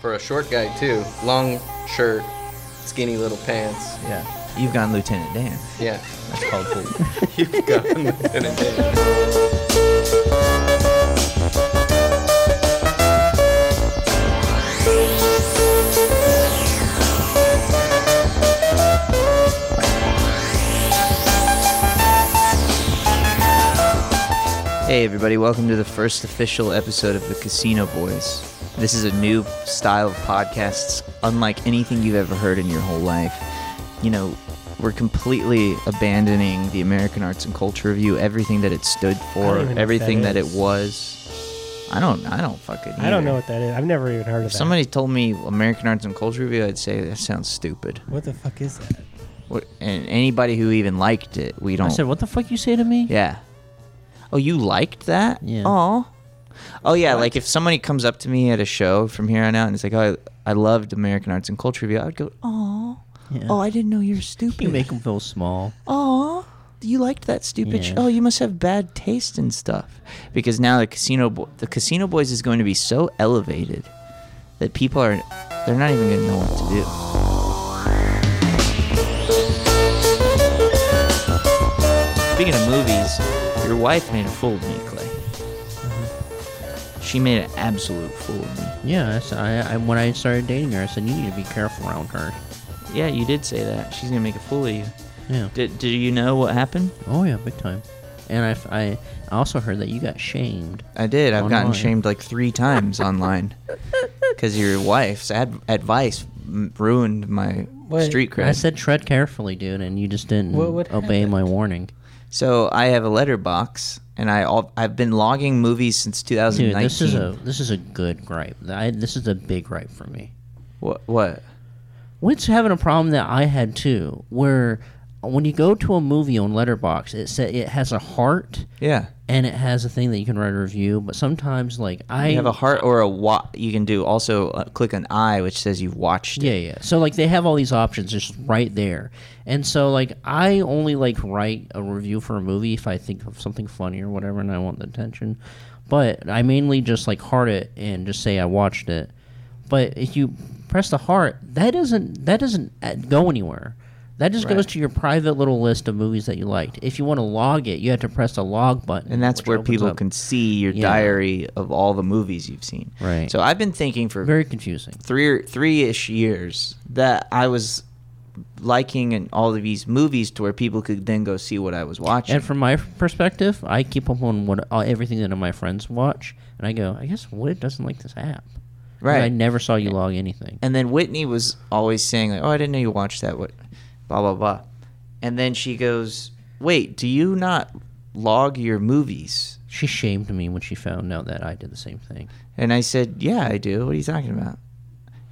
for a short guy too. Long shirt, skinny little pants. Yeah. You've gone Lieutenant Dan. Yeah, That's called cool. you've got Lieutenant Dan. Hey, everybody, welcome to the first official episode of the Casino Boys. This is a new style of podcasts, unlike anything you've ever heard in your whole life. You know, we're completely abandoning the American arts and culture review, everything that it stood for, I don't even know what everything that that, is. it was. I don't, I don't fucking. I either. don't know what that is. I've never even heard of If that. somebody told me American arts and culture review, I'd say that sounds stupid. What the fuck is that? What- And anybody who even liked it, we I don't. said, "What the fuck you say to me?" Yeah. Oh, you liked that? Yeah. Aw. Oh yeah, like if somebody comes up to me at a show from here on out and it's like, "Oh, I, I loved American Arts and Culture Review," I would go, "Aw, Yeah. oh, I didn't know you were stupid. you make them feel small. Aw, you liked that stupid show. Yeah. Oh, you must have bad taste in stuff." Because now the casino, bo- the Casino Boys is going to be so elevated that people are, they're not even going to know what to do. Speaking of movies, your wife made a fool of me, Clay. She made an absolute fool of me. Yeah, I s- I, I- when I started dating her, I said you need to be careful around her. Yeah, you did say that. She's gonna make a fool of you. Yeah. Did Do you know what happened? oh yeah, big time. And I f- I, I also heard that you got shamed. I did. I've gotten Online. shamed like three times online because your wife's ad- advice m- ruined my Wait, street cred. I said tread carefully, dude, and you just didn't What- what obey my warning. so I have a letterbox, and I all, I've been logging movies since 2019. Dude, this is a this is a good gripe. I, this is a big gripe for me. what? What? What's having a problem that I had too, where when you go to a movie on Letterbox, it said it has a heart Yeah. and it has a thing that you can write a review. But sometimes, like I You have a heart or a wa- You can do also uh, click an eye, which says you've watched it. Yeah, yeah. So like they have all these options just right there, and so like I only like write a review for a movie if I think of something funny or whatever, and I want the attention. But I mainly just like heart it and just say I watched it. But if you press the heart, that doesn't that doesn't uh, go anywhere. That just goes to your private little list of movies that you liked. If you want to log it, you have to press the log button, And that's which where opens people up. can see your Yeah. diary of all the movies you've seen. Right. So I've been thinking for very confusing. three or three ish years that I was liking and all of these movies to where people could then go see what I was watching. And from my perspective, I keep up on what uh, everything that my friends watch, and I go, I guess Wood doesn't like this app. 'Cause Right. I never saw you log anything. and then Whitney was always saying like, "Oh, I didn't know you watched that." What, blah blah blah. And then she goes, "Wait, do you not log your movies?" She shamed me when she found out that I did the same thing. And I said, "Yeah, I do. What are you talking about?"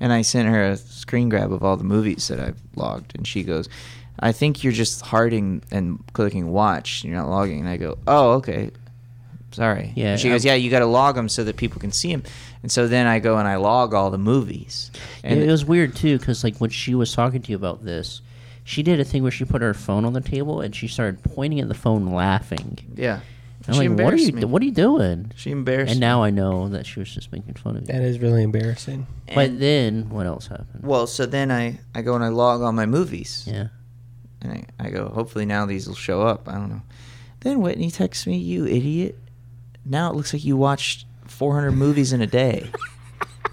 And I sent her a screen grab of all the movies that I've logged, and she goes, "I think you're just harding and clicking watch. And you're not logging." And I go, "Oh, okay. Sorry." Yeah, And she goes, I- "Yeah, you got to log them so that people can see them." And so then I go and I log all the movies. And And it was weird too, because like when she was talking to you about this, she did a thing where she put her phone on the table and she started pointing at the phone, laughing. yeah, And I'm like, what are you? What are you doing? She embarrassed. And now I know that she was just making fun of you. That is really embarrassing. But then what else happened? well, so then I I go and I log all my movies. Yeah. And I, I go, hopefully now these will show up. I don't know. Then Whitney texts me, you idiot. Now it looks like you watched 400 movies in a day.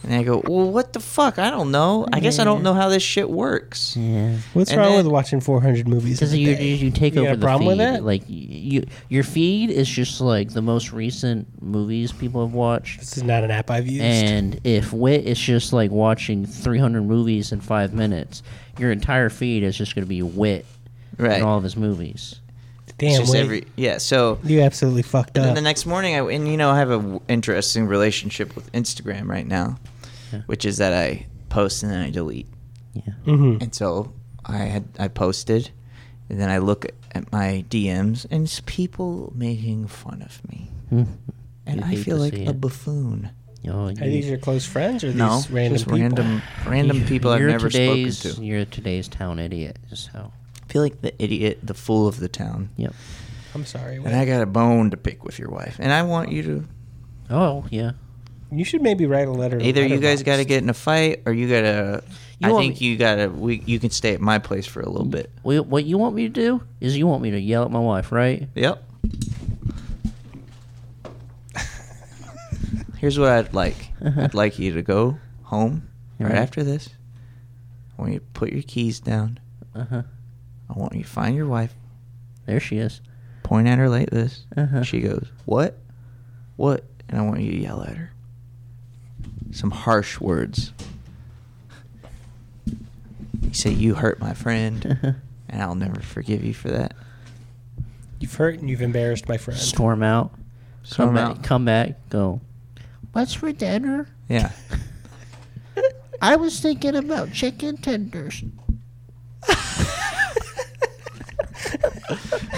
and I go, well, what the fuck? I don't know. I guess I don't know how this shit works. Yeah. What's And wrong then- with watching 400 movies? in Because a you, day? you take You got over a the problem with feed. that? Like you, your feed is just like the most recent movies people have watched. This is not an app I've used. And if Wit is just like watching 300 movies in five minutes, your entire feed is just going to be Wit Right. and all of his movies. It's Damn, just wait, every, yeah, so. you absolutely fucked And then up. the next morning, I and you know I have an w- interesting relationship with Instagram right now, Yeah. which is that I post and then I delete. Yeah. hmm And so I had I posted, and then I look at my DMs, and it's people making fun of me, and You I hate feel to like see a it. buffoon. Mm-hmm. Oh, Are these you- your close friends or these no, random just people? random random you- people I've you're never spoken today's, to. You're today's town idiot. Is how. I feel like the idiot, the fool of the town. Yep. I'm sorry. And I got a bone to pick with your wife, and I want you to Oh yeah. You should maybe write a letter. to Either you guys Letterboxd. got to get in a fight, or you got to. You I want think me- you got to. We you can stay at my place for a little bit. Wait, what you want me to do is you want me to yell at my wife, right? Yep. Here's what I'd like. Uh-huh. I'd like you to go home right, Alright. after this. I want you to put your keys down. Uh huh. I want you to find your wife. There she is. Point at her like this. Uh-huh. She goes, "What? What?" And I want you to yell at her. Some harsh words. You say, "You hurt my friend," and I'll never forgive you for that. You've hurt and you've embarrassed my friend. Storm out. Storm come out. Back, come back. Go. What's for dinner? Yeah. I was thinking about chicken tenders.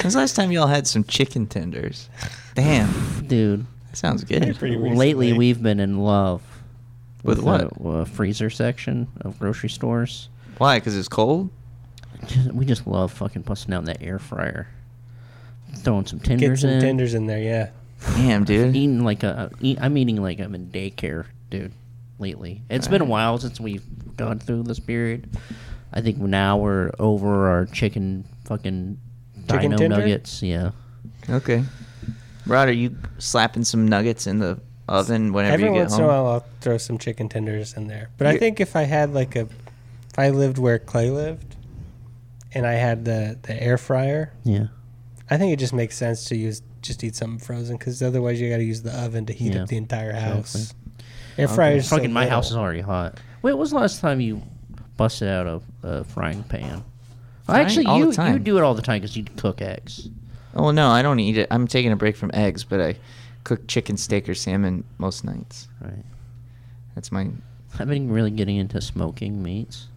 When's the last time y'all had some chicken tenders? Damn, Dude, that sounds They're good. pretty recently. lately we've been in love With what? the uh, freezer section of grocery stores. Why? Because it's cold. Just- we just love fucking busting out that air fryer, throwing some get tenders some in, tenders in there. Yeah, Damn, Mm-hmm. dude. eating like a. Eat, I'm eating like I'm in daycare, dude. Lately, It's been a while since we've gone through this period. I think now we're over our chicken fucking Chicken dino tender? nuggets. Yeah, Okay. Rod, are you slapping some nuggets in the oven whenever every you get once home? in a while I'll throw some chicken tenders in there. But I You- think if I had like a, if I lived where Clay lived, and I had the the air fryer, yeah. I think it just makes sense to use just eat something frozen because otherwise you got to use the oven to heat Yeah, up the entire house. exactly. Air fryers. Fucking my house is already hot. Wait, when was the last time you busted out a, a frying pan? Frying Actually, all the you you time. do it all the time because you cook eggs. Oh no, I don't eat it. I'm taking a break from eggs, but I cook chicken, steak, or salmon most nights. Right. That's my. I've been really getting into smoking meats,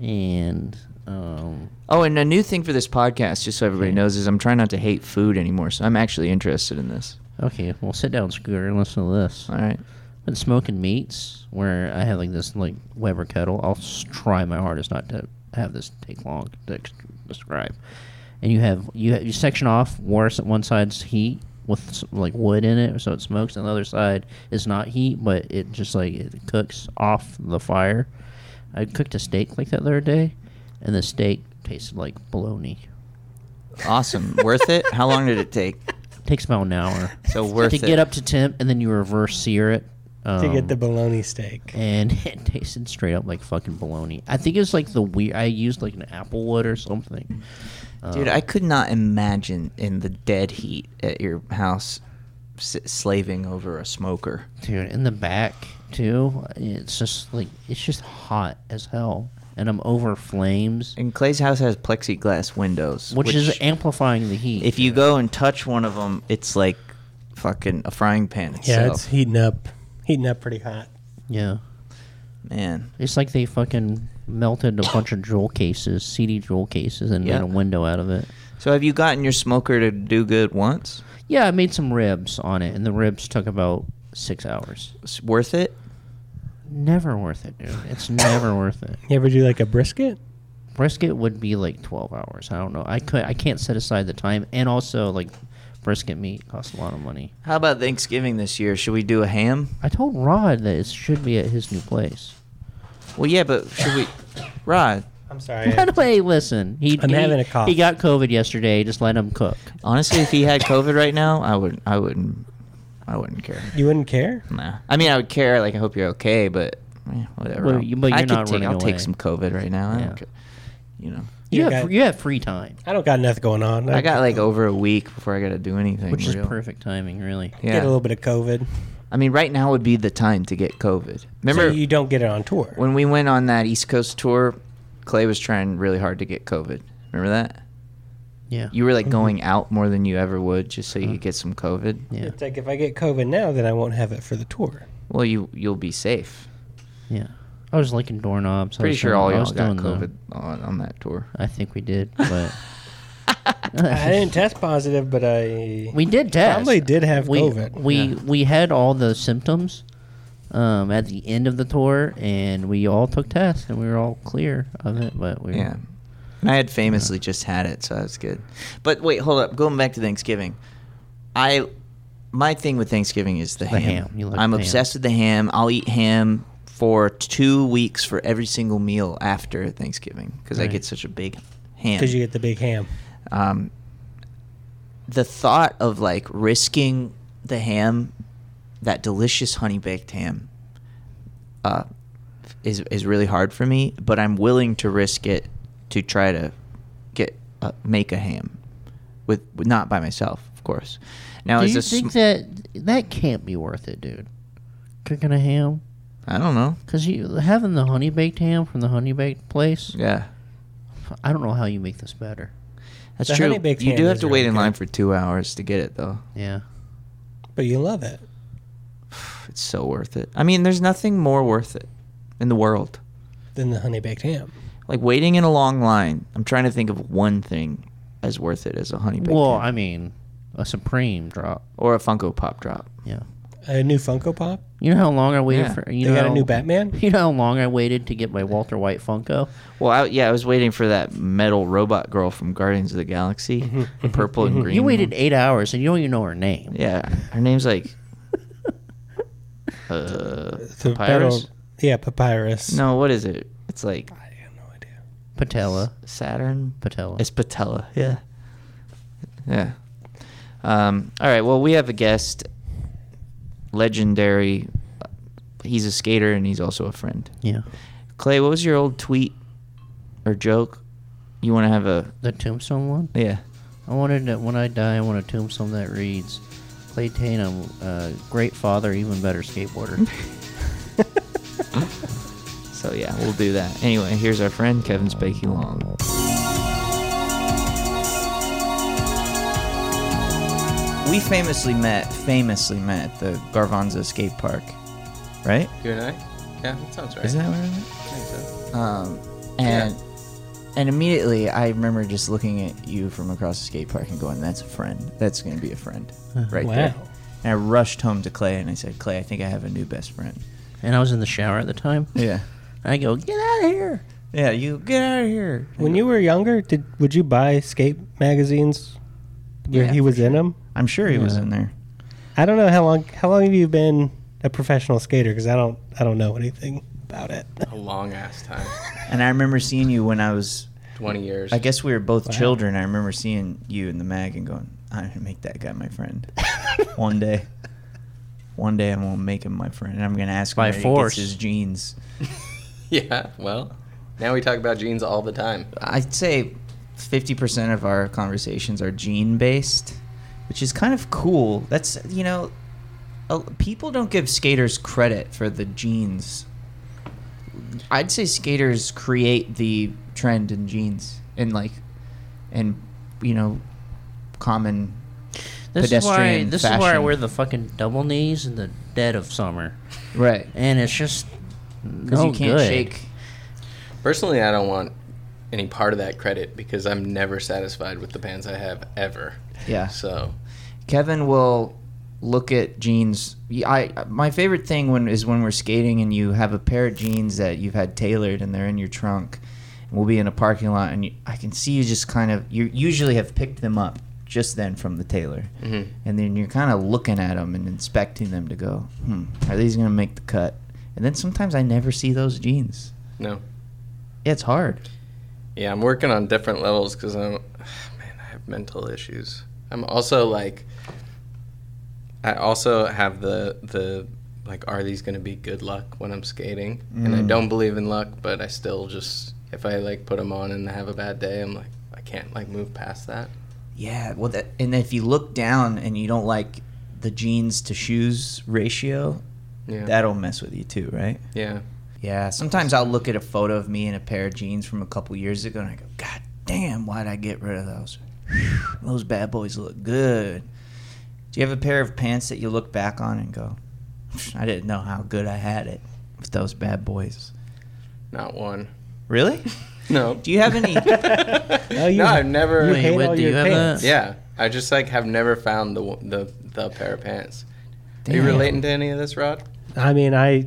and um, Oh, and a new thing for this podcast, just so everybody knows, is I'm trying not to hate food anymore. So I'm actually interested in this. okay, well, sit down, Scooter, and listen to this. All right. been smoking meats where I have like this like Weber kettle. I'll s- try my hardest not to have this take long to ex- describe. And you have you have, you section off worse at one side's heat with s- like wood in it, so it smokes. And the other side is not heat, but it just like it cooks off the fire. I cooked a steak like that the other day, and the steak tasted like bologna. Awesome. Worth it. How long did it take? takes about an hour So worth to it. get up to temp, and then you reverse sear it to get um, the bologna steak. and it tasted straight up like fucking bologna. I think it was like the weird. I used like an applewood or something. Um, Dude, I could not imagine in the dead heat at your house s- slaving over a smoker. Dude, in the back too. It's just like it's just hot as hell, and I'm over flames, And Clay's house has plexiglass windows, which, is amplifying the heat. if you go and touch one of them, it's like fucking a frying pan itself. Yeah, it's heating up, heating up pretty hot. yeah, man. it's like they fucking melted a bunch of jewel cases, CD jewel cases, and made Yeah. a window out of it. So have you gotten your smoker to do good once? Yeah, I made some ribs on it, and the ribs took about six hours. It's worth it. Never worth it, dude. It's never worth it. You ever do like a brisket? brisket would be like 12 hours i don't know i could i can't set aside the time and also like brisket meat costs a lot of money How about Thanksgiving this year? Should we do a ham? i told rod that it should be at his new place Well, yeah, but should we? Rod, I'm sorry. by the way listen he, I'm he- having a cough. he got covid yesterday just let him cook honestly, if he had COVID right now, I would, I wouldn't, I wouldn't care. you wouldn't care. Nah. I mean, I would care. Like, I hope you're okay, but eh, whatever. Well, I'll- you- but I could you're not take, running I'll away. take some COVID right now. I Yeah. don't care. You know, You you, have, got- you have free time I don't got nothing going on. I got like over a week before I got to do anything. which is real. perfect timing really Yeah. get a little bit of COVID. I mean, right now would be the time to get COVID. Remember so you don't get it on tour. when we went on that East Coast tour? Clay was trying really hard to get COVID. Remember that? yeah Mm-hmm. Uh-huh. You were like going out more than you ever would just so you could get some COVID. yeah It's like if I get COVID now, then I won't have it for the tour. Well, you you'll be safe. yeah i was licking doorknobs I Pretty was sure doing- all I y'all was got doing the- COVID on, on that tour. i think we did but I didn't test positive, but I We did test. Probably did have we, COVID. We we had all the symptoms um, at the end of the tour, and we all took tests, and we were all clear of it. But we Yeah. And I had famously just had it, so that's good. But wait, hold up. Going back to Thanksgiving, I my thing with Thanksgiving is the, The ham. ham. You like I'm the ham. obsessed with the ham. I'll eat ham for two weeks for every single meal after Thanksgiving because I Right. get such a big ham. because you get the big ham. um, the thought of like risking the ham, that delicious honey baked ham, uh, is is really hard for me. But I'm willing to risk it to try to get uh, make a ham with, with not by myself, of course. Now, Do is you this think that that can't be worth it, dude? Cooking a ham I don't know. because you having the honey baked ham from the honey baked place. Yeah, I don't know how you make this better. that's The true. honey baked You do ham have is to wait really in good. line for two hours to get it though. Yeah. But you love it. It's so worth it. I mean, there's nothing more worth it in the world. Than the honey baked ham. Like waiting in a long line. I'm trying to think of one thing as worth it as a honey baked Well, ham. I mean, a supreme drop. or a Funko Pop drop. Yeah. A new Funko Pop. You know how long I waited Yeah. for? You they know got a how- new Batman. You know how long I waited to get my Walter White Funko? Well, I, yeah, I was waiting for that metal robot girl from Guardians of the Galaxy, the purple and green. You one. waited eight hours and you don't even know her name. Yeah, her name's like. Uh, The papyrus? battle- Yeah, papyrus. No, what is it? It's like I have no idea. Patella. Saturn. Patella. It's patella. Yeah. Yeah. Um, all right. Well, we have a guest. Legendary. He's a skater and he's also a friend. yeah. Clay, what was your old tweet or joke? You want to have a The tombstone one? yeah. I wanted to, when I die, I want a tombstone that reads Clay Tatum, uh, great father, even better skateboarder. So yeah, we'll do that. Anyway, here's our friend Kevin Spakey Long. We famously met, famously met at the Garvanza skate park, right? You and I? Yeah, that sounds right. Isn't that where we met? I think so. Um, and and immediately I remember just looking at you from across the skate park and going, "That's a friend. That's going to be a friend, right Wow. there." And I rushed home to Clay and I said, "Clay, I think I have a new best friend." and I was in the shower at the time. Yeah, I go, get out of here. yeah. You get out of here. When you were younger, did would you buy skate magazines? Where Yeah, he for was in them. I'm sure he was Yeah. in there. I don't know how long. How long have you been a professional skater? Because I don't. I don't know anything about it. A long ass time. And I remember seeing you when I was. 20 years. I guess we were both Wow. children. I remember seeing you in the mag and going, "I'm gonna make that guy my friend one day." One day I'm gonna make him my friend, and I'm gonna ask By him where force. he gets his jeans. Yeah, well, now we talk about jeans all the time. I'd say 50% of our conversations are gene based, which is kind of cool. That's, you know, uh, people don't give skaters credit for the genes. I'd say skaters create the trend in genes and, like, and, you know, common. This is Pedestrian why this is why I fashion. wear the fucking double knees in the dead of summer, Right. and it's just Because no you can't good. shake. Personally, I don't want any part of that credit because I'm never satisfied with the pants I have ever. Yeah. So, Kevin will look at jeans. Yeah, I my favorite thing when is when we're skating and you have a pair of jeans that you've had tailored and they're in your trunk. And we'll be in a parking lot and you, I can see you just kind of you usually have picked them up just then from the tailor, mm-hmm. and then you're kind of looking at them and inspecting them to go, hmm, are these gonna make the cut? And then sometimes I never see those jeans. no. Yeah, it's hard. Yeah, I'm working on different levels because I'm, man, I have mental issues. I'm also like, I also have the the like, are these going to be good luck when I'm skating? And I don't believe in luck, but I still just if I like put them on and have a bad day, I'm like, I can't like move past that. Yeah, well, that, and if you look down and you don't like the jeans to shoes ratio, Yeah, that'll mess with you too, right? yeah. Yeah, sometimes I'll look at a photo of me in a pair of jeans from a couple years ago and I go, God damn, why'd I get rid of those? Whew, those bad boys look good. Do you have a pair of pants that you look back on and go, I didn't know how good I had it with those bad boys? Not one. Really? No. Do you have any? No, you- no, I've never. You Wait, hate what- all do your you have pants. a- Yeah, I just like have never found the the the pair of pants. Are you Damn. relating to any of this, Rod? I mean, I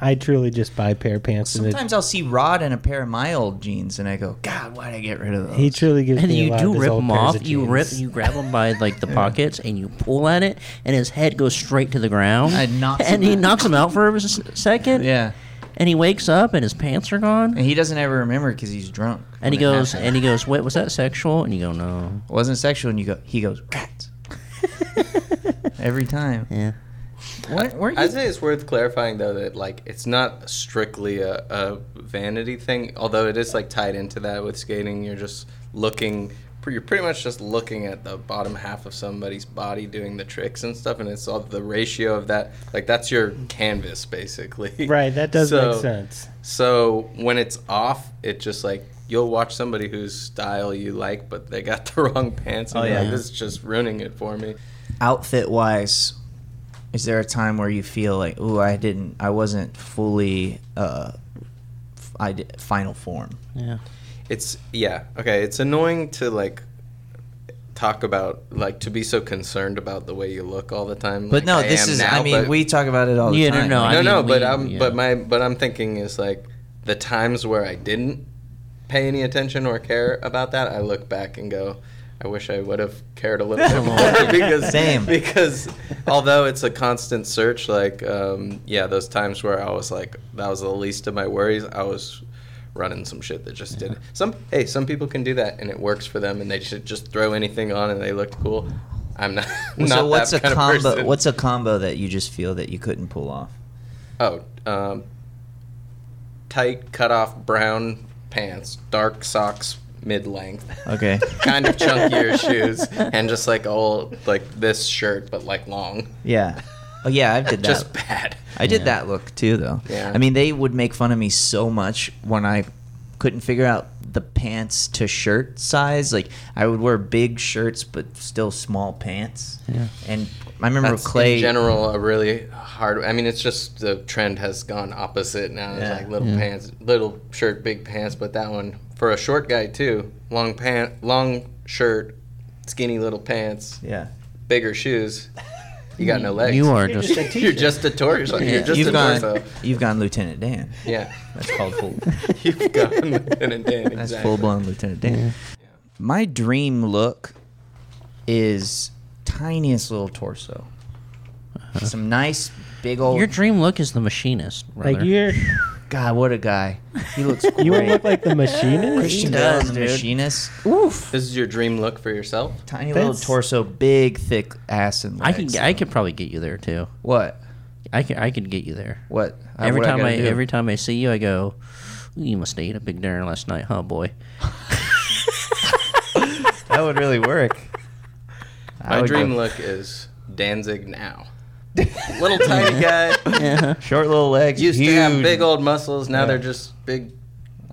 I truly just buy pair of pants. and it- Sometimes I'll see Rod in a pair of my old jeans, and I go, God, why did I get rid of those? he truly gives And me a you lot do of his rip old him pairs off. of You rip, jeans. you grab him by like the pockets, and you pull at it, and his head goes straight to the ground. I knocked and him he out. knocks him out for a s- second. yeah, And he wakes up, and his pants are gone. and he doesn't ever remember because he's drunk. And he when it goes, happened. and he goes, wait, was that sexual? And you go, no. it wasn't sexual, and you go, he goes, rats. Every time. Yeah. What, where I'd you? say it's worth clarifying though that like it's not strictly a, a vanity thing, although it is like tied into that with skating. You're just looking, you're pretty much just looking at the bottom half of somebody's body doing the tricks and stuff, and it's all the ratio of that. Like that's your canvas basically. Right, that does So- make sense. So when it's off, it just like you'll watch somebody whose style you like, but they got the wrong pants, and Oh, you're yeah. like this is just ruining it for me. Outfit wise, is there a time where you feel like, ooh, I didn't, I wasn't fully, uh, f- I did, final form? Yeah. it's yeah okay it's annoying to like talk about like to be so concerned about the way you look all the time like But no, I this am is. now, I mean, but- we talk about it all the Yeah, no, time. no, no I mean, no but we- i'm yeah. but my but i'm thinking is like the times where i didn't pay any attention or care about that i look back and go I wish I would have cared a little bit more because Same. because although it's a constant search, like um, yeah, those times where I was like that was the least of my worries. I was running some shit that just did some. Hey, some people can do that and it works for them, and they should just throw anything on and they looked cool. I'm not. not so what's a that kind Of combo? person. What's a combo that you just feel that you couldn't pull off? Oh, um, tight cut off brown pants, dark socks, mid length, Okay. kind of chunkier shoes, and just like old like this shirt but like long. Yeah. Oh yeah, I did that. Just bad. I did Yeah. that look too, though. Yeah. I mean, they would make fun of me so much when I couldn't figure out the pants to shirt size. Like I would wear big shirts but still small pants. Yeah. And I remember That's Clay. in general a really hard. I mean, it's just the trend has gone opposite now. It's Yeah. like little pants, little shirt, big pants. But that one for a short guy too, long pant, long shirt, skinny little pants, yeah. bigger shoes. You got no legs. You are just. You're just a torso. You're just you've a gone. torso. You've gone Lieutenant Dan. Yeah. That's called full. You've gone Lieutenant Dan. That's exactly. full blown Lieutenant Dan. My dream look is tiniest little torso, Uh-huh. some nice big old. Your dream look is the machinist. Brother. Like you're, God, what a guy! He looks great. you look like the machinist. Christian Bale in the machinist. Oof! This is your dream look for yourself. Tiny little That's- torso, big thick ass and I legs. could, I could probably get you there too. what? I could, I could get you there. What? How- Every what time gotta I, do? every time I see you, I go, "Ooh, "You must have ate a big dinner last night, huh, boy?" that would really work. My would dream go- look is Danzig now. Little tiny guy. Short little legs. Used huge. to have big old muscles. Now they're just big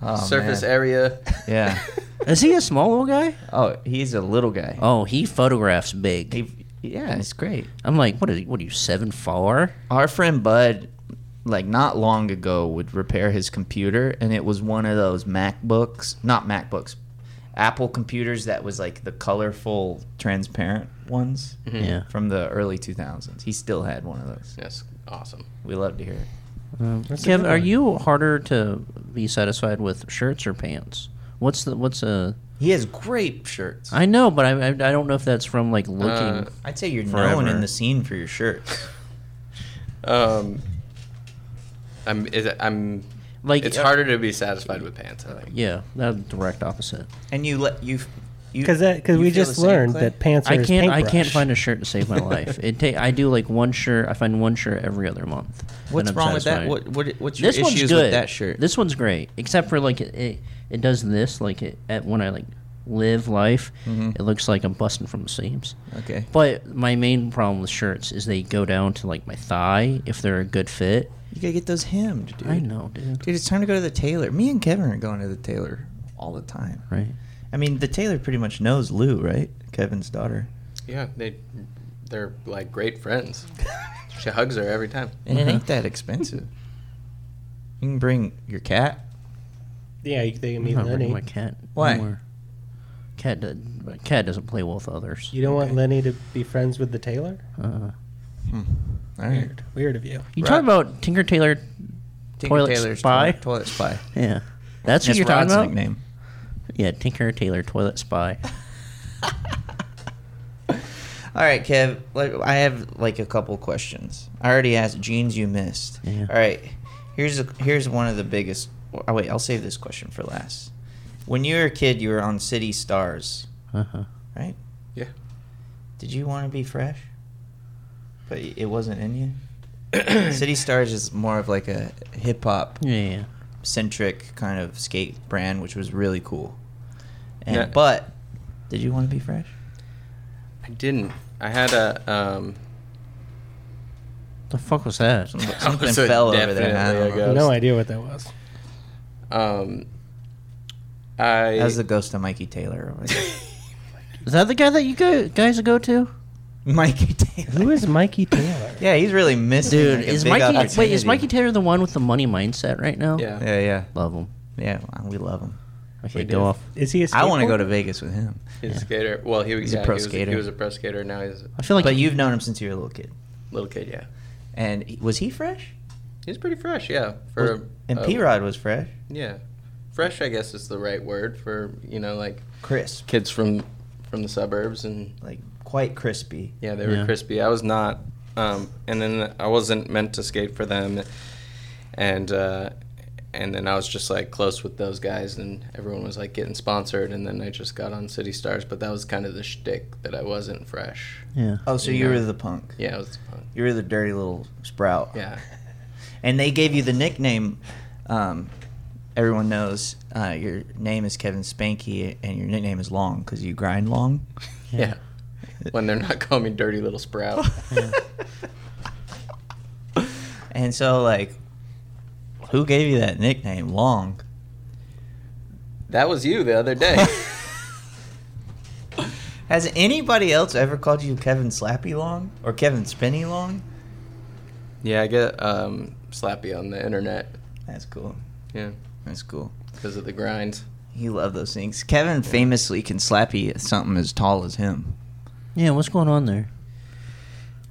Oh, surface man. area. Yeah. Is he a small little guy? Oh, he's a little guy. Oh, he photographs big. He, yeah, it's great. I'm like, what is? What are you seven four? our friend Bud, like not long ago, would repair his computer, and it was one of those MacBooks, not MacBooks, Apple computers that was like the colorful, transparent ones Mm-hmm. Yeah. from the early 2000s. He still had one of those. That's awesome. We love to hear it. Um, Kev, are you harder to be satisfied with shirts or pants? What's the what's a? He has great shirts. I know, but I I, I don't know if that's from like looking. Uh, I'd say you're known Forever. in the scene for your shirts. Um, I'm. Is, it- I'm. like It's uh, harder to be satisfied with pants. I think. Yeah, that's direct opposite. and you let you. Because you we feel just the same, learned Clay? that pants are I his can't I can't paintbrush. find a shirt to save my life. It ta- I do like one shirt. I find one shirt every other month. and What's I'm wrong with that? satisfied. What, what what's your this one's issues good. with that shirt? This one's great, except for like it, it, it does this like it at, when I like live life, Mm-hmm. it looks like I'm busting from the seams. okay. But my main problem with shirts is they go down to like my thigh if they're a good fit. You gotta get those hemmed, dude. I know, dude. Dude, it's time to go to the tailor. Me and Kevin are going to the tailor all the time. Right? I mean, the tailor pretty much knows Lou, right? Kevin's daughter. Yeah. They. They're like great friends. she hugs her every time. And Mm-hmm. Uh-huh. it ain't that expensive. You can bring your cat. Yeah, you think of me, I'm not bringing Lenny. Oh, my cat. Why? anywhere. Cat, do- cat doesn't play well with others. You don't want Lenny to be friends with the tailor? Uh, All right. Weird. Weird of you. You talk about Tinker Tailor Tinker Toilet Tailor's Spy? Toilet, toilet Spy. Yeah. That's, what That's you're talking Rod's about? nickname. Yeah, Tinker Taylor Toilet Spy. All right, Kev. Like, I have like a couple questions. I already asked jeans you missed. Yeah. All right, here's a, here's one of the biggest. Oh, wait, I'll save this question for last. When you were a kid, you were on City Stars, Uh-huh. right? Yeah. Did you want to be fresh? But it wasn't in you. City Stars is more of like a hip hop Yeah, yeah. centric kind of skate brand, which was really cool. And, Yeah. But did you want to be fresh? I didn't. I had a. Um, The fuck was that? Something, something So fell over there. and I definitely don't a know. ghost. No idea what that was. um, I. That was the ghost of Mikey Taylor. over there. Is that the guy that you go, guys go to? Mikey Taylor. Who is Mikey Taylor? Yeah, he's really missing. Dude, like, a is big Mikey wait, is opportunity. Mikey Taylor the one with the money mindset right now? yeah. Yeah, yeah, Love him. yeah. wow, We love him. Okay, We go do. off. Is he a I want to skateboarder? go to Vegas with him. He's a skater. Well, he, He's a yeah, pro he was skater. He was a pro skater. Now he's a I feel like but you've known him since you were a little kid. little kid. Yeah. And he- was he fresh? He's pretty fresh. Yeah. For Was- and a- P Rod was fresh. Yeah. Fresh, I guess, is the right word for you know like Crisp, kids from from the suburbs and like quite crispy. Yeah, they were Yeah. crispy. I was not, um, and then I wasn't meant to skate for them, and uh, and then I was just like close with those guys, and everyone was like getting sponsored, and then I just got on City Stars. But that was kind of the shtick that I wasn't fresh. yeah. Oh, so you Yeah. were the punk. Yeah, it was fun. You were the dirty little sprout. Yeah, And they gave you the nickname. Um, everyone knows uh, your name is Kevin Spanky, and your nickname is Long because you grind long. yeah. When they're not calling me dirty little sprout. And so, like, who gave you that nickname, Long? that was you the other day. Has anybody else ever called you Kevin Slappy Long or Kevin Spinny Long? yeah, I get um, slappy on the internet. That's cool. Yeah, That's cool. because of the grinds. You love those things. Kevin famously can slap you at something as tall as him. Yeah, what's going on there?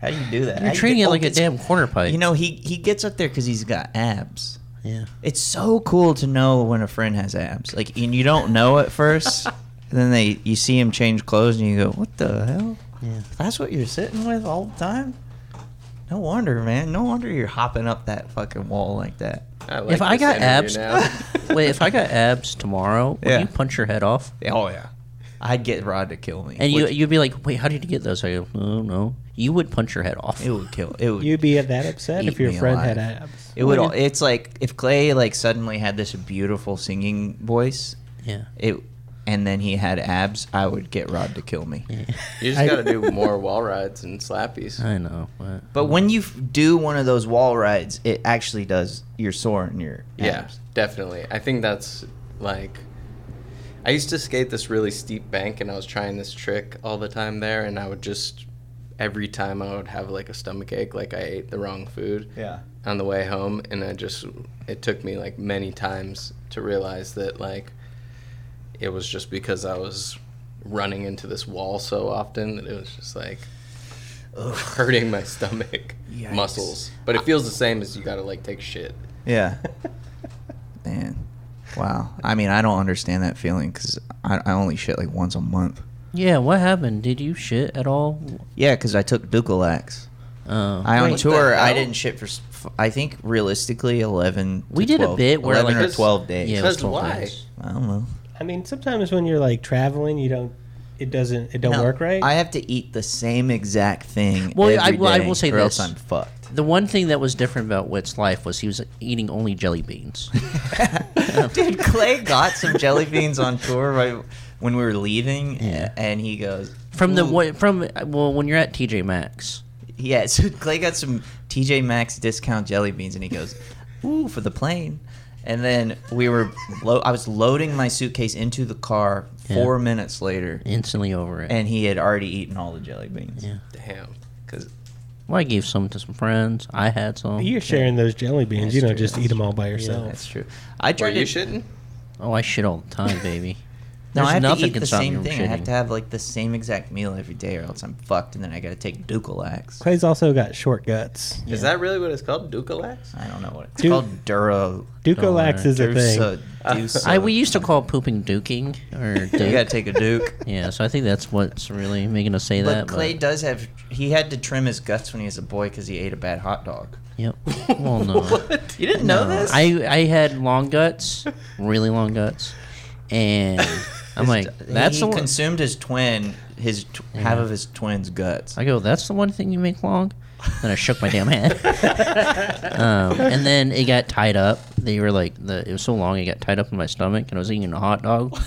How do you do that? How You're you treating get- it oh, like a it's- damn corner pipe. You know, he he gets up there because he's got abs. Yeah. It's so cool to know when a friend has abs. Like, and you don't know at first. and then they you see him change clothes, and you go, "What the hell? Yeah. That's what you're sitting with all the time." No wonder, man. No wonder you're hopping up that fucking wall like that. I like If I this got interview abs- now. Wait, if I got abs tomorrow, would Yeah. you punch your head off? Oh yeah, I'd get Rod to kill me. And you Which- you'd be like, Wait, how did you get those? I go, No, no. You would punch your head off. it would kill. It would. You'd be that upset Eat if your me friend had alive. abs. it would. all- It's like if Clay like suddenly had this beautiful singing voice. Yeah. It, and then he had abs. I would get Rod to kill me. you I- just got to do more wall rides and slappies. I know. But But when you f- do one of those wall rides, it actually does. You're sore and you're Yeah, definitely. I think that's like. I used to skate this really steep bank and I was trying this trick all the time there and I would just every time I would have like a stomach ache like I ate the wrong food yeah. on the way home and I just it took me like many times to realize that like it was just because I was running into this wall so often that it was just like hurting my stomach Yikes. muscles. But it feels the same as you got to like take shit. Yeah. Man, wow. I mean, I don't understand that feeling because I, I only shit like once a month. yeah, what happened? Did you shit at all? Yeah, because I took Ducalax. Oh. I on Wait, tour. the I hell? didn't shit for. s- f- I think realistically, eleven. to We did a 12 bit where, 11 like, or this- twelve days. yeah, it was Because 12 why? days. I don't know. I mean, sometimes when you're like traveling, you don't. It doesn't. It don't No, work right. I have to eat the same exact thing. Well, I- every well, I day, will say or else this. I'm fucked. The one thing that was different about Witt's life was he was eating only jelly beans. Dude, Clay got some jelly beans on tour right when we were leaving, Yeah. and he goes From the "Ooh." what from well, when you're at TJ Maxx, Yeah, so Clay got some TJ Maxx discount jelly beans, and he goes, "Ooh, for the plane." And then we were, lo- I was loading my suitcase into the car four minutes later, instantly over it. and he had already eaten all the jelly beans. Yeah. Damn. Cuz Well, I gave some to some friends. I had Oh, some. you're sharing those jelly beans. That's You don't true, just that's eat them all by So yourself. that's true. I Were tried you to. shitting? Oh, I shit all the time, baby. No, There's I have nothing to eat can the stop me same from thing. I have shitting. to have like the same exact meal every day, or else I'm fucked, and then I got to take Ducalax. Clay's also got short guts. Is that really what it's called? Ducalax? I don't know what it's Du- called. Duro. Ducalax is a thing. Dursa, Dusa. I we used to call it pooping duking or You got to duke. take a Duke. yeah, so I think that's what's really making us say that. But Clay does have. He had to trim his guts when he was a boy because he ate a bad hot dog. Yep. Well, no. You didn't know No, this? I I had long guts, really long guts, and I'm like, that's he the one. consumed his twin, his tw- half of his twin's guts. I go, that's the one thing you make long. Then I shook my damn head. um, and then it got tied up. They were like, the, it was so long, it got tied up in my stomach, and I was eating a hot dog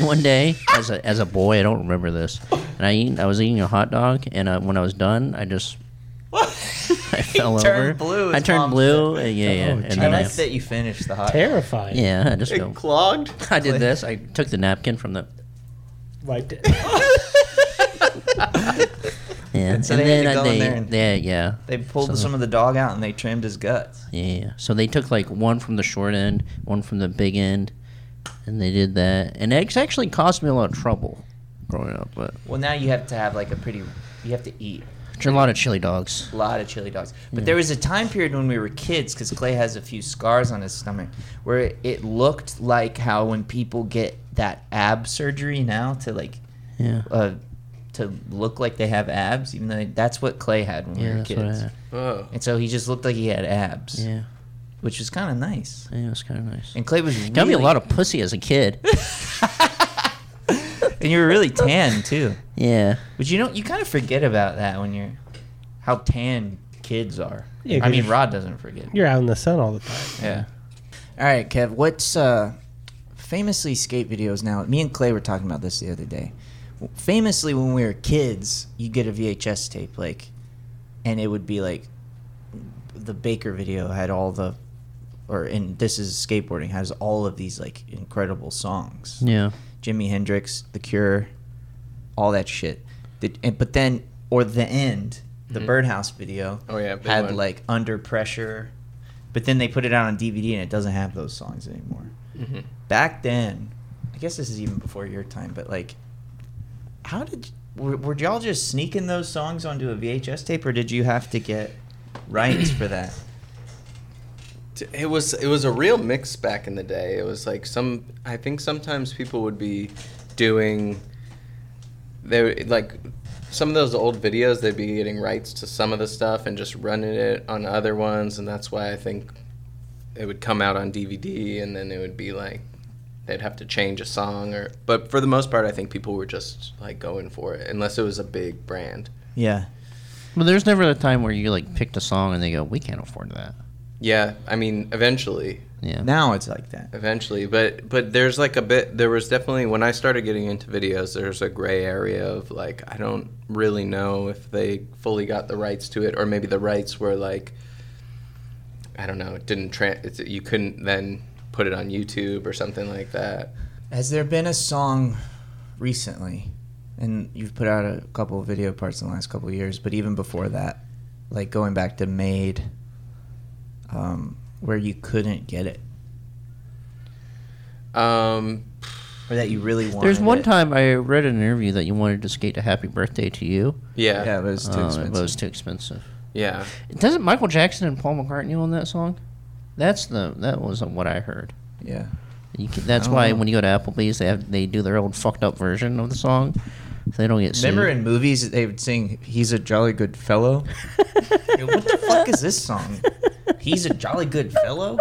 one day as a, as a boy. I don't remember this. And I eat, I was eating a hot dog, and uh, when I was done, I just I fell turned over. blue, I his mom turned blue. uh, yeah, yeah. Oh, and I then I, like that you finished the hot. Terrifying. yeah, I just go. It clogged? I did this. I took the napkin from the Wiped it. yeah, and, so they had then to I- go in they, there and- they- yeah, They pulled So- some of the dog out and they trimmed his guts. Yeah. So they took like one from the short end, one from the big end, and they did that. And it actually caused me a lot of trouble growing up, but Well, now you have to have like a pretty. You have to eat a lot of chili dogs. a lot of chili dogs. But there was a time period when we were kids, because Clay has a few scars on his stomach, where it, it looked like how when people get that ab surgery now to like, Yeah. uh, to look like they have abs, even though they- that's what Clay had when we Yeah, were that's what I kids. had. Oh. And so he just looked like he had abs, Yeah. which was kind of nice. Yeah, it was kind of nice. And Clay was Got me a really- lot of pussy as a kid. and you were really tan too. yeah. But you don't, you kind of forget about that when you're, how tan kids are. Yeah, 'cause I mean, you're- Rod doesn't forget. You're out in the sun all the time. Yeah. All right, Kev. What's uh, famously skate videos now? Me and Clay were talking about this the other day. Famously, when we were kids, you get a VHS tape, like, and it would be like, the Baker video had all the, or in this is skateboarding has all of these like incredible songs. Yeah. Jimi Hendrix, The Cure, all that shit. The, and, but then, or the end, the Birdhouse video. Oh, yeah, big had one. like Under Pressure, but then they put it out on DVD and it doesn't have those songs anymore. Mm-hmm. Back then, I guess this is even before your time, but like, how did were, were y'all just sneaking those songs onto a VHS tape, or did you have to get rights for that? T- It was it was a real mix back in the day. It was like some I think sometimes people would be doing they would- like some of those old videos they'd be getting rights to some of the stuff and just running it on other ones and that's why I think it would come out on DVD and then it would be like they'd have to change a song or but for the most part I think people were just like going for it unless it was a big brand. Yeah. But there's never a time where you like picked a song and they go, "We can't afford that." Yeah, I mean eventually Yeah. Now it's like that. eventually but but there's like a bit there was definitely when i started getting into videos there's a gray area of like i don't really know if they fully got the rights to it or maybe the rights were like i don't know it didn't tra- it's, you couldn't then put it on youtube or something like that Has there been a song recently, and you've put out a couple of video parts in the last couple of years, but even before that, like going back to Made, um, where you couldn't get it, um or that you really wanted? There's one it? time I read in an interview that you wanted to skate to "Happy Birthday to You." yeah Yeah, Oh, yeah, but it's too Um, expensive. It was too expensive. yeah. Doesn't Michael Jackson and Paul McCartney own that song? That's the that was what I heard. yeah. You can, that's I don't why know. when you go to Applebee's, they have they do their own fucked up version of the song, so they don't get sued. Remember in movies they would sing "He's a jolly good fellow." Yo, what the fuck is this song? He's a jolly good fellow.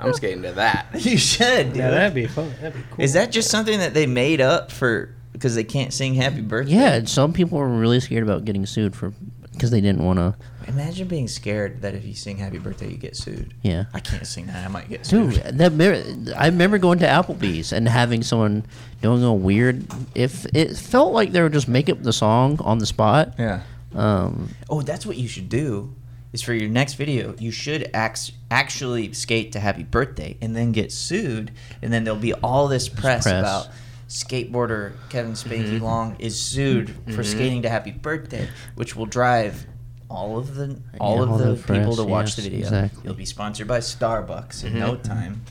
i'm skating to that You should. Dude. Yeah, that'd be fun. That'd be cool. Is that just something that they made up for because they can't sing "Happy Birthday"? yeah, and some people were really scared about getting sued for because they didn't want to. Imagine being scared that if you sing "Happy Birthday," you get sued. Yeah, I can't sing that. I might get dude, sued. that mer- I remember going to Applebee's and having someone doing a weird. If it felt like they were just make up the song on the spot. Yeah. Um, Oh, that's what you should do. Is for your next video, you should ax- actually skate to "Happy Birthday" and then get sued, and then there'll be all this press, press. Mm-hmm. about skateboarder Kevin Spanky Long is sued for skating to "Happy Birthday," which will drive all of the all Yeah, of all the, the people press, to watch yes, Mm-hmm. the video. exactly. You'll be sponsored by Starbucks in no time.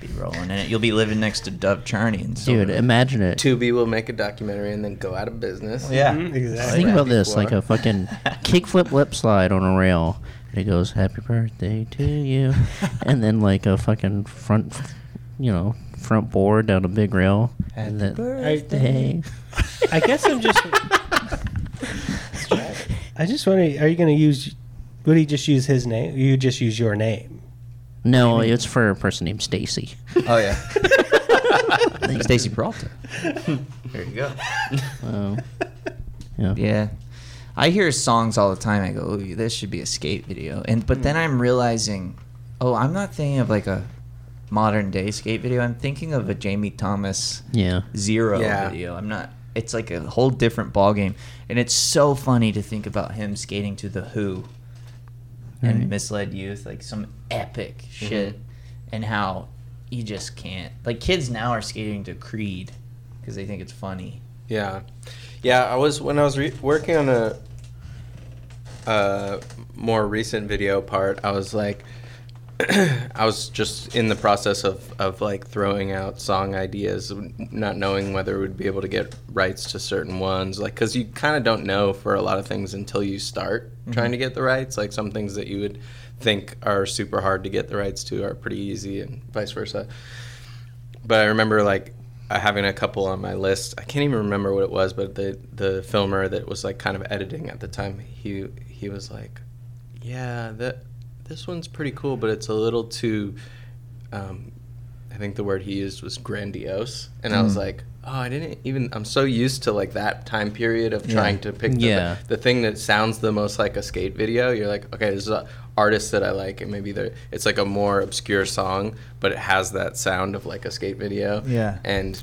Be rolling in it. You'll be living next to Dove Charney and so Dude, imagine it. Tubi will make a documentary and then go out of business. yeah. Mhm, exactly. Think Yeah. about this, Before. like a fucking kickflip lip slide on a rail, and it goes "Happy birthday to you," and then like a fucking front, you know, front board down a big rail, and Happy then birthday. I guess I'm just. I just wonder, are you going to use? Would he just use his name? You just use your name. no, it's for a person named Stacy. Oh yeah. Stacy Peralta. there you go. Oh, yeah. Yeah. I hear songs all the time. I go, "Ooh, this should be a skate video." And but then I'm realizing, oh, I'm not thinking of like a modern day skate video. I'm thinking of a Jamie Thomas yeah. zero Yeah. video. I'm not. It's like a whole different ball game, and it's so funny to think about him skating to the Who and Right. Misled Youth, like some epic shit, and how you just can't. Like kids now are skating to Creed because they think it's funny. Yeah, yeah. I was when I was re- working on a, a more recent video part. I was like, I was just in the process of of like throwing out song ideas, not knowing whether we'd be able to get rights to certain ones. Like, because you kind of don't know for a lot of things until you start trying to get the rights. Like some things that you would think are super hard to get the rights to are pretty easy, and vice versa but I remember like uh, having a couple on my list. I can't even remember what it was, but the the filmer that was like kind of editing at the time, he he was like, "Yeah, that this one's pretty cool, but it's a little too." Um, I think the word he used was grandiose, and I was like, "Oh, I didn't even." I'm so used to like that time period of trying to pick the, Yeah. the thing that sounds the most like a skate video. You're like, okay, this is an artist that I like, and maybe they're, it's like a more obscure song, but it has that sound of like a skate video. Yeah. And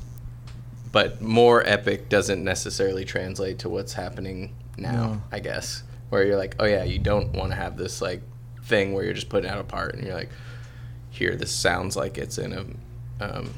but more epic doesn't necessarily translate to what's happening now, No. I guess. Where you're like, oh yeah, you don't want to have this like thing where you're just putting out a part, and you're like, here, this sounds like it's in a. Um,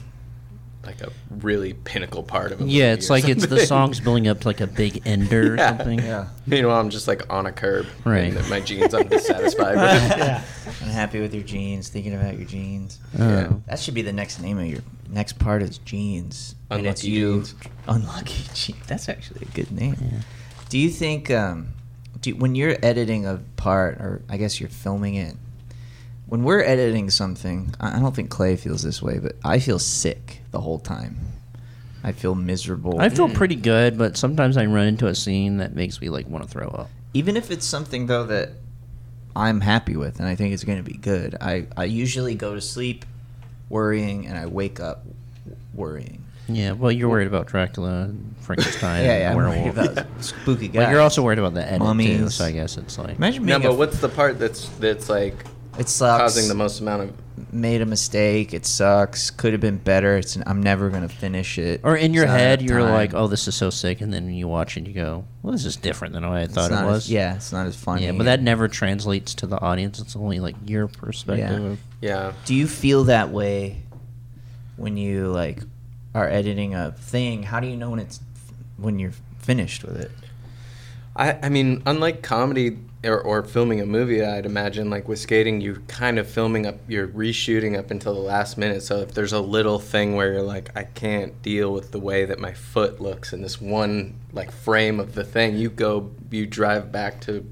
like a really pinnacle part of a movie Yeah, it's or like it's the something. song's building up to like a big ender or Yeah. something. Yeah, Meanwhile, I'm just like on a curb. Right. And my jeans, I'm dissatisfied with. Yeah. I'm happy with your jeans. Thinking about your jeans. Yeah. Oh. That should be the next name of your next part is jeans. And it's Unlucky you- Jeans. Unlucky jeans. That's actually a good name. Do you think um, do when you're editing a part, or I guess you're filming it, when we're editing something, I I don't think Clay feels this way, but I feel sick the whole time. I feel miserable. I feel pretty good, but sometimes I run into a scene that makes me like want to throw up. even if it's something though that I'm happy with and I think it's going to be good, I, I usually go to sleep worrying and I wake up worrying. Yeah, well, you're worried about Dracula, Frankenstein, Yeah, yeah, I'm werewolf. worried about spooky guys. But you're also worried about the edit too, Mummies. so I guess it's like imagine no, being but a, what's the part that's that's like it sucks. causing the most amount of? made a mistake. It sucks. Could have been better. It's I'm never going to finish it. or in your It's not head enough you're time. like, "Oh, this is so sick," and then you watch and you go, "Well, this is different than what I It's thought it not was." As, yeah, it's not as funny. yeah, but that never translates to the audience. It's only like your perspective. Yeah. Of, Yeah. Do you feel that way when you like are editing a thing? How do you know when it's when you're finished with it? I, I mean, unlike comedy or, or filming a movie, I'd imagine like with skating, you're kind of filming up, you're reshooting up until the last minute. So if there's a little thing where you're like, I can't deal with the way that my foot looks in this one like frame of the thing, you go, you drive back to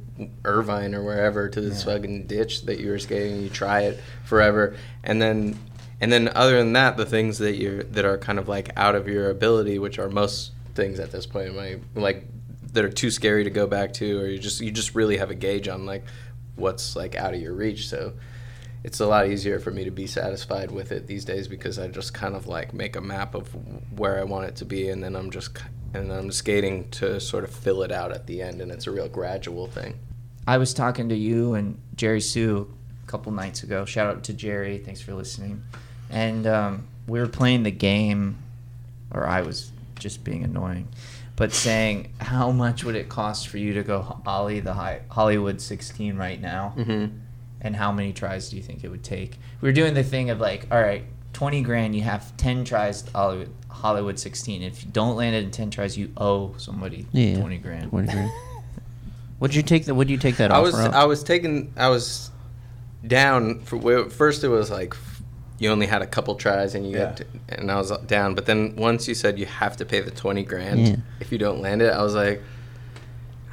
Irvine or wherever to this fucking ditch that you were skating, you try it forever, and then. And then, other than that, the things that you are that are kind of like out of your ability, which are most things at this point, in my like that are too scary to go back to or you just you just really have a gauge on like what's like out of your reach so it's a lot easier for me to be satisfied with it these days because I just kind of like make a map of where I want it to be and then I'm just k- and then I'm skating to sort of fill it out at the end and it's a real gradual thing I was talking to you and Jerry Sue a couple nights ago. Shout out to Jerry. Thanks for listening. And um, we were playing the game, or I was just being annoying, but saying, how much would it cost for you to go Ollie the Hi- Hollywood 16 right now? mm-hmm. and how many tries do you think it would take? We were doing the thing of like, all right, 20 grand, you have 10 tries to Hollywood, Hollywood 16. If you don't land it in 10 tries, you owe somebody Yeah. 20 grand. What do you- would you take that? Would you take that I offer was up? I was taking I was down for where- first it was like f- you only had a couple tries and you Yeah. got t- and I was down. But then once you said you have to pay the twenty grand Yeah. if you don't land it, I was like,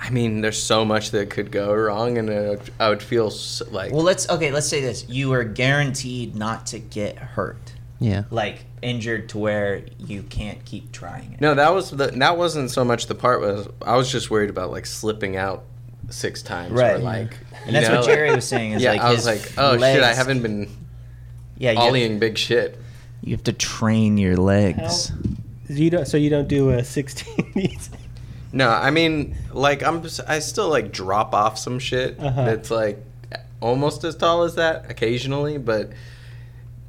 I mean, there's so much that could go wrong, and uh, I would feel s like Well, let's okay. Let's say this: you are guaranteed not to get hurt, Yeah. like injured to where you can't keep trying it. no, that was the that wasn't so much the part was I was just worried about like slipping out six times or Right. like you and that's know, what Jerry was saying. Is yeah, like I was his like, oh shit, I legs- haven't been Yeah, you have, ollieing big shit. you have to train your legs. You don't. So you don't do a sixteen. No, I mean, like I'm, s- I still like drop off some shit Uh-huh. that's like almost as tall as that occasionally, but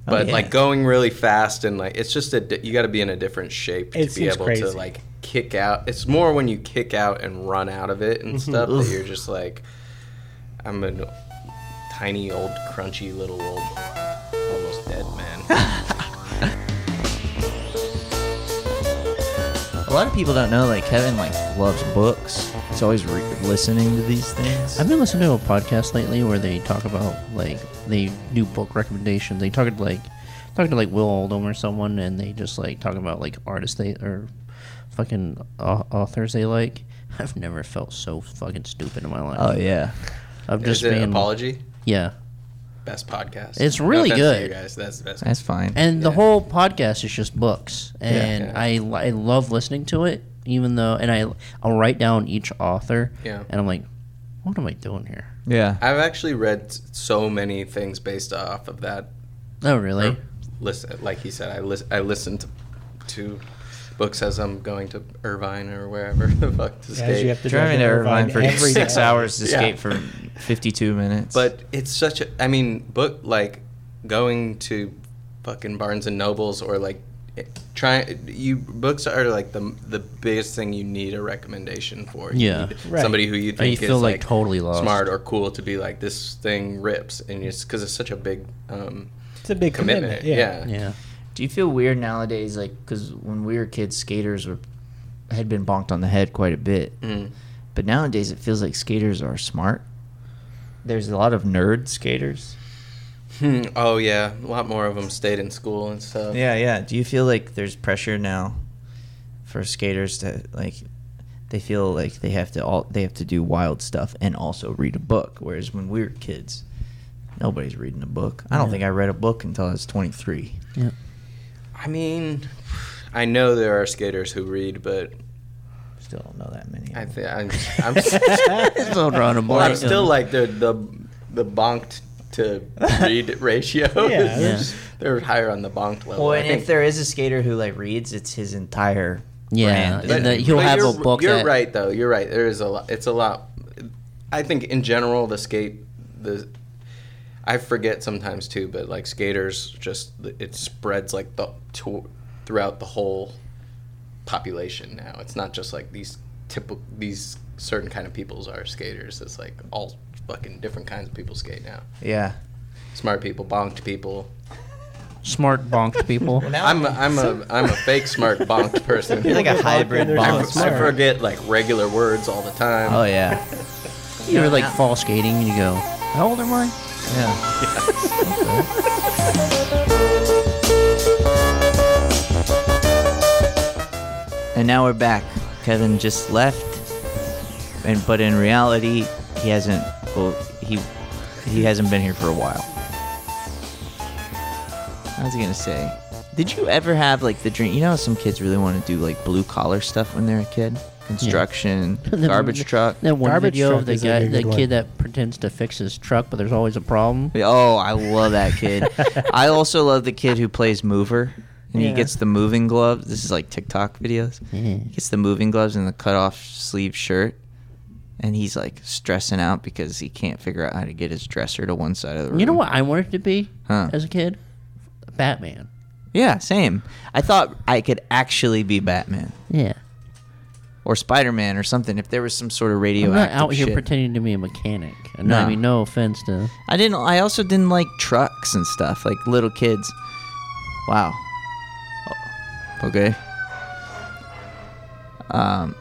Oh, but yeah. like going really fast and like it's just a di- you got to be in a different shape It to be seems able to crazy. like kick out. It's more when you kick out and run out of it Mm-hmm. and stuff that you're just like, I'm a tiny old crunchy little old almost dead man. A lot of people don't know. Like Kevin, like loves books. He's always re- listening to these things. I've been listening to a podcast lately where they talk about like they do book recommendations. They talk to like talking to like Will Oldham or someone, and they just like talk about like artists they or fucking au- authors they like. I've never felt so fucking stupid in my life. oh yeah. I'm Is just it being apology? yeah, Best podcast. It's No really offense to you good. guys. That's the best. That's fine. and the whole podcast is just books, and Yeah. I li- I love listening to it, even though and I I'll write down each author, Yeah. and I'm like, what am I doing here? yeah. I've actually read s- so many things based off of that. Oh really? Listen, like he said, I listen. I listen to, to books as I'm going to Irvine or wherever the fuck to skate. you have to Driving to Irvine for every six day. hours to Yeah. skate for 52 minutes. but it's such a. I mean, book like going to fucking Barnes and Nobles or like it- try you books are like the the biggest thing you need a recommendation for. You Yeah. need Right. somebody who you Or think you is feel like, totally lost. smart or cool to be like this thing rips and it's because it's such a big um, It's a big commitment. commitment. yeah. yeah. Yeah. do you feel weird nowadays? Like, because when we were kids, skaters were had been bonked on the head quite a bit. Mm. But nowadays, it feels like skaters are smart. There's a lot of nerd skaters. Hmm. Oh yeah, a lot more of them stayed in school and stuff. Yeah, yeah. Do you feel like there's pressure now for skaters to like? They feel like they have to all they have to do wild stuff and also read a book. Whereas when we were kids, nobody's reading a book. I don't think I read a book until I was 23. Yeah. I mean, I know there are skaters who read, but Still don't know that many. I of them. think I'm, I'm, s- still drawing a well, blank. I'm still like the the the bonked to read ratio. Yeah. They're just- they're higher on the bonked level. Well, I and think. if there is a skater who like reads, it's his entire Yeah, brand. and But- that he'll but have a you're- book You're that- right, though. You're right. There is a lot. It's a lot. I think in general, the skate, the I forget sometimes too, but like skaters, just it spreads like the to, throughout the whole population now. It's not just like these typical these certain kind of peoples are skaters. It's like all fucking different kinds of people skate now. yeah. Smart people, bonked people. smart bonked people. I'm a, I'm a I'm a fake smart bonked person. You're like a People get hybrid bonked when they're I, bonk. not f- I smart. forget like regular words all the time. Oh yeah, you ever like Yeah. fall skating and you go, "How old am I?" yeah. and now we're back. Kevin just left, and but in reality, he hasn't. Well, he he hasn't been here for a while. I was gonna say, did you ever have like the dream? You know, how some kids really want to do like blue collar stuff when they're a kid, construction, That- garbage truck. That one Garbage video of truck the is a guy, good the one. kid that pretends to fix his truck, but there's always a problem. Yeah, Oh, I love that kid. I also love the kid who plays mover. And he Yeah. gets the moving gloves. This is like TikTok videos. Eh. He gets the moving gloves and the cut off sleeve shirt. And he's like stressing out because he can't figure out how to get his dresser to one side of the room. You know what I wanted to be Huh. as a kid? Batman. Yeah, same. I thought I could actually be Batman Yeah. or Spider Man or something if there was some sort of I'm radioactive not out here shit. pretending to be a mechanic. And I No. mean, no offense to. I didn't. I also didn't like trucks and stuff, like little kids. Wow. Oh, Okay. Um,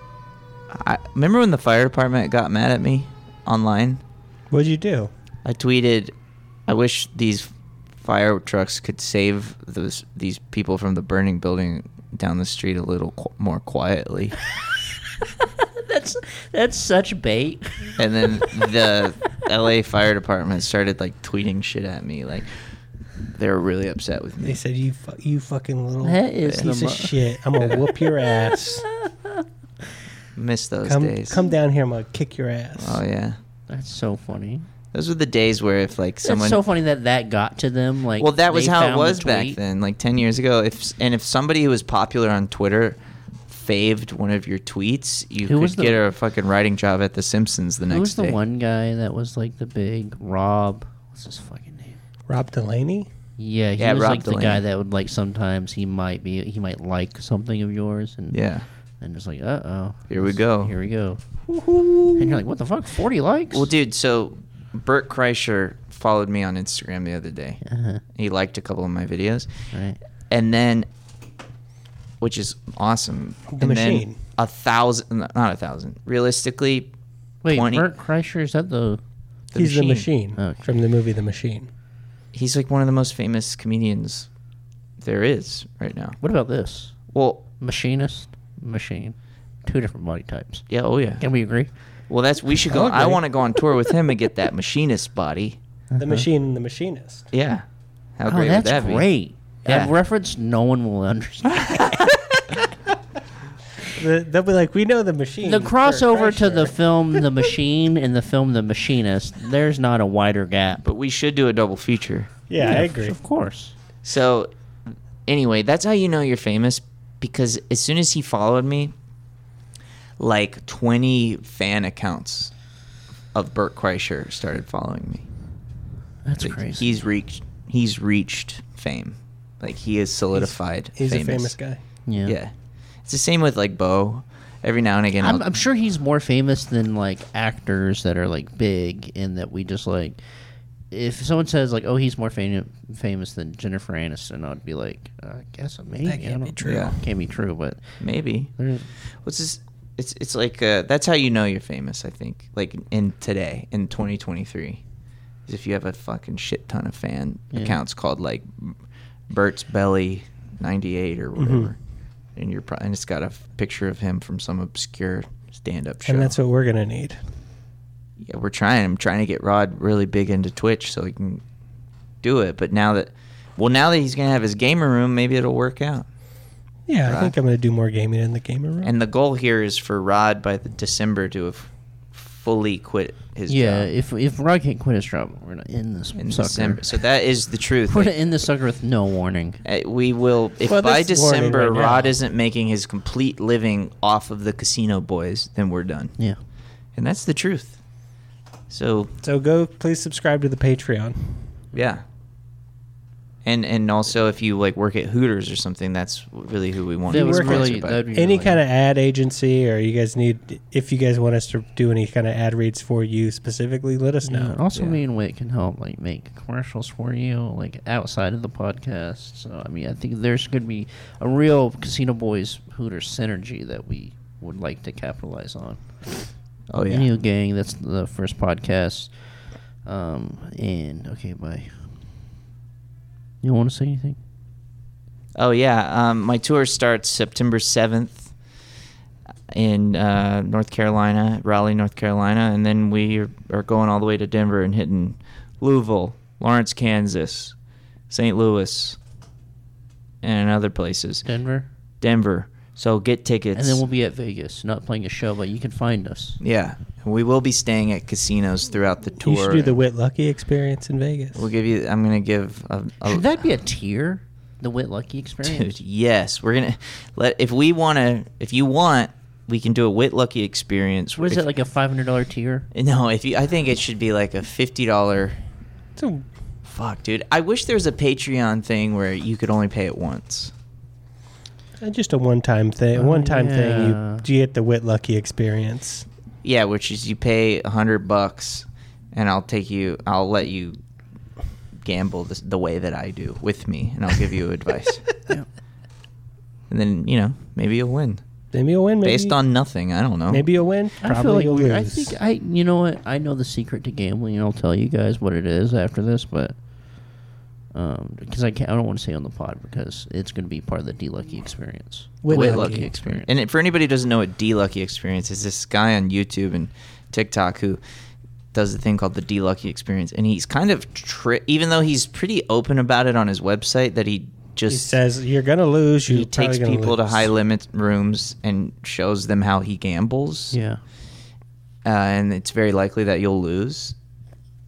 I remember when the fire department got mad at me online. What'd you do? I tweeted, "I wish these fire trucks could save those these people from the burning building down the street a little qu- more quietly. That's that's such bait. and then the LA fire department started like tweeting shit at me like they were really upset with They me. said you fu- you fucking little That is the piece mo- of shit. I'm gonna whoop your ass. Miss those come days. come down here. I'm gonna kick your ass. Oh yeah. That's so funny. Those were the days where if like someone That's so funny that that got to them. Like, Well, that was they how it found was the back tweet. then, like 10 years ago. If and if somebody who was popular on Twitter faved one of your tweets, you Who was could the- get a fucking writing job at the Simpsons the next Who was the day. one guy that was like the big Rob? What's his fucking name? Rob Delaney. Yeah, he Yeah, was Rob like the guy Delaney. that would like sometimes he might be he might like something of yours and Yeah. and just like uh oh Here we go. here we go and you're like what the fuck forty likes Well, dude, so Bert Kreischer followed me on Instagram the other day. uh-huh. He liked a couple of my videos. right and then which is awesome The and then machine. a thousand not a thousand realistically wait 20. Bert Kreischer is that the the He's the machine, machine Okay. from the movie The Machine. he's like one of the most famous comedians there is right now what about this well machinist machine two different body types yeah oh yeah can we agree well that's we Oh, should go i Totally. want to go on tour with him and get that machinist body The machine and the machinist. yeah how oh great that's would that be? great Yeah. that reference no one will understand The, they'll be like, we know the machine. the Bert crossover to the Kreischer." film The Machine and the film The Machinist there's not a wider gap but we should do a double feature yeah, I agree. of course So, anyway, that's how you know you're famous because as soon as he followed me, like 20 fan accounts of Burt Kreischer started following me. that's Like, crazy He's reached. He's reached fame. Like he is solidified. He's a famous guy. yeah. Yeah, it's the same with like Bo. Every now and again, I'm, I'll- I'm sure he's more famous than like actors that are like big and that we just like. If someone says like, "Oh, he's more fam- famous than Jennifer Aniston," I'd be like, "I guess maybe That I can't be don't- true. Yeah. Can't be true, but maybe. there's- What's this? It's it's like uh, that's how you know you're famous. I think like in today in 2023, is if you have a fucking shit ton of fan Yeah. accounts called like Bert's Belly 98 or whatever, Mm-hmm. and you're pro- and it's got a f- picture of him from some obscure stand-up show. And that's what we're gonna need. yeah, we're trying. I'm trying to get Rod really big into Twitch so he can do it. But now that well now that he's gonna have his gamer room, maybe it'll work out. Yeah, Right. I think I'm gonna do more gaming in the gamer room. And the goal here is for Rod by the December to have fully quit his yeah, job if if Rod can't quit his job, we're gonna end this in sucker. December. So that is the truth. We're Like, gonna end this sucker with no warning. uh, we will if Well, by this is warning December right now. Rod isn't making his complete living off of the Casino Boys, then we're done. Yeah, And that's the truth. So so go, please subscribe to the Patreon. yeah. And and also if you like work at Hooters or something, that's really who we want. that to was be working- really sponsored by. that'd be Any really- kind of ad agency, or you guys need, if you guys want us to do any kind of ad reads for you specifically, let us Yeah, know. and also Yeah. me and Wit can help like make commercials for you, like outside of the podcast. So I mean I think there's gonna be a real Casino Boys Hooter synergy that we would like to capitalize on. Oh yeah. Anywho, gang, that's the first podcast. Um and okay, bye. You wanna say anything? Oh yeah, um, my tour starts September seventh in uh, North Carolina, Raleigh, North Carolina, and then we are, are going all the way to Denver and hitting Louisville, Lawrence, Kansas, St. Louis, and other places. Denver? Denver. So get tickets. And then we'll be at Vegas, not playing a show, but you can find us. yeah, we will be staying at casinos throughout the tour. You should do the Wit Lucky experience in Vegas. We'll give you. I'm gonna give. A, a, Should that be a tier? The Wit Lucky experience? Dude, yes, we're gonna let if we want to. If you want, we can do a Wit Lucky experience. What is If- it like a five hundred dollar tier? No, if you, I think it should be like a fifty dollar. So, Fuck, dude. I wish there was a Patreon thing where you could only pay it once. uh, just a one-time thing. Oh, one-time yeah. thing. You, you get the Wit Lucky experience. Yeah, which is you pay a hundred bucks, and I'll take you. I'll let you gamble the, the way that I do with me, and I'll give you advice. Yeah. And then you know maybe you'll win Maybe you'll win. Maybe, based on nothing. I don't know. Maybe you'll win. Probably I feel like you'll we're- lose. I think I you know what I know the secret to gambling and I'll tell you guys what it is after this, but because um, I can't. I don't want to say on the pod because it's going to be part of the D Lucky experience. Wait, Way Lucky. lucky experience. And for anybody who doesn't know what D Lucky experience is, this guy on YouTube and TikTok who does a thing called the D Lucky experience, and he's kind of tri- even though he's pretty open about it on his website that he just He says you're gonna lose. You're he takes probably gonna people to lose." high limit rooms and shows them how he gambles. yeah, uh, and it's very likely that you'll lose.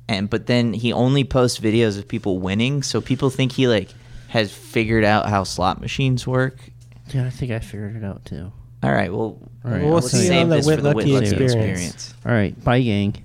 And but then he only posts videos of people winning, so people think he like has figured out how slot machines work. dude, I think I figured it out too. All right, well, All right, we'll I'll let's see you save on the this for Whit the Whit Lucky Lucky experience. experience. All right, bye, gang.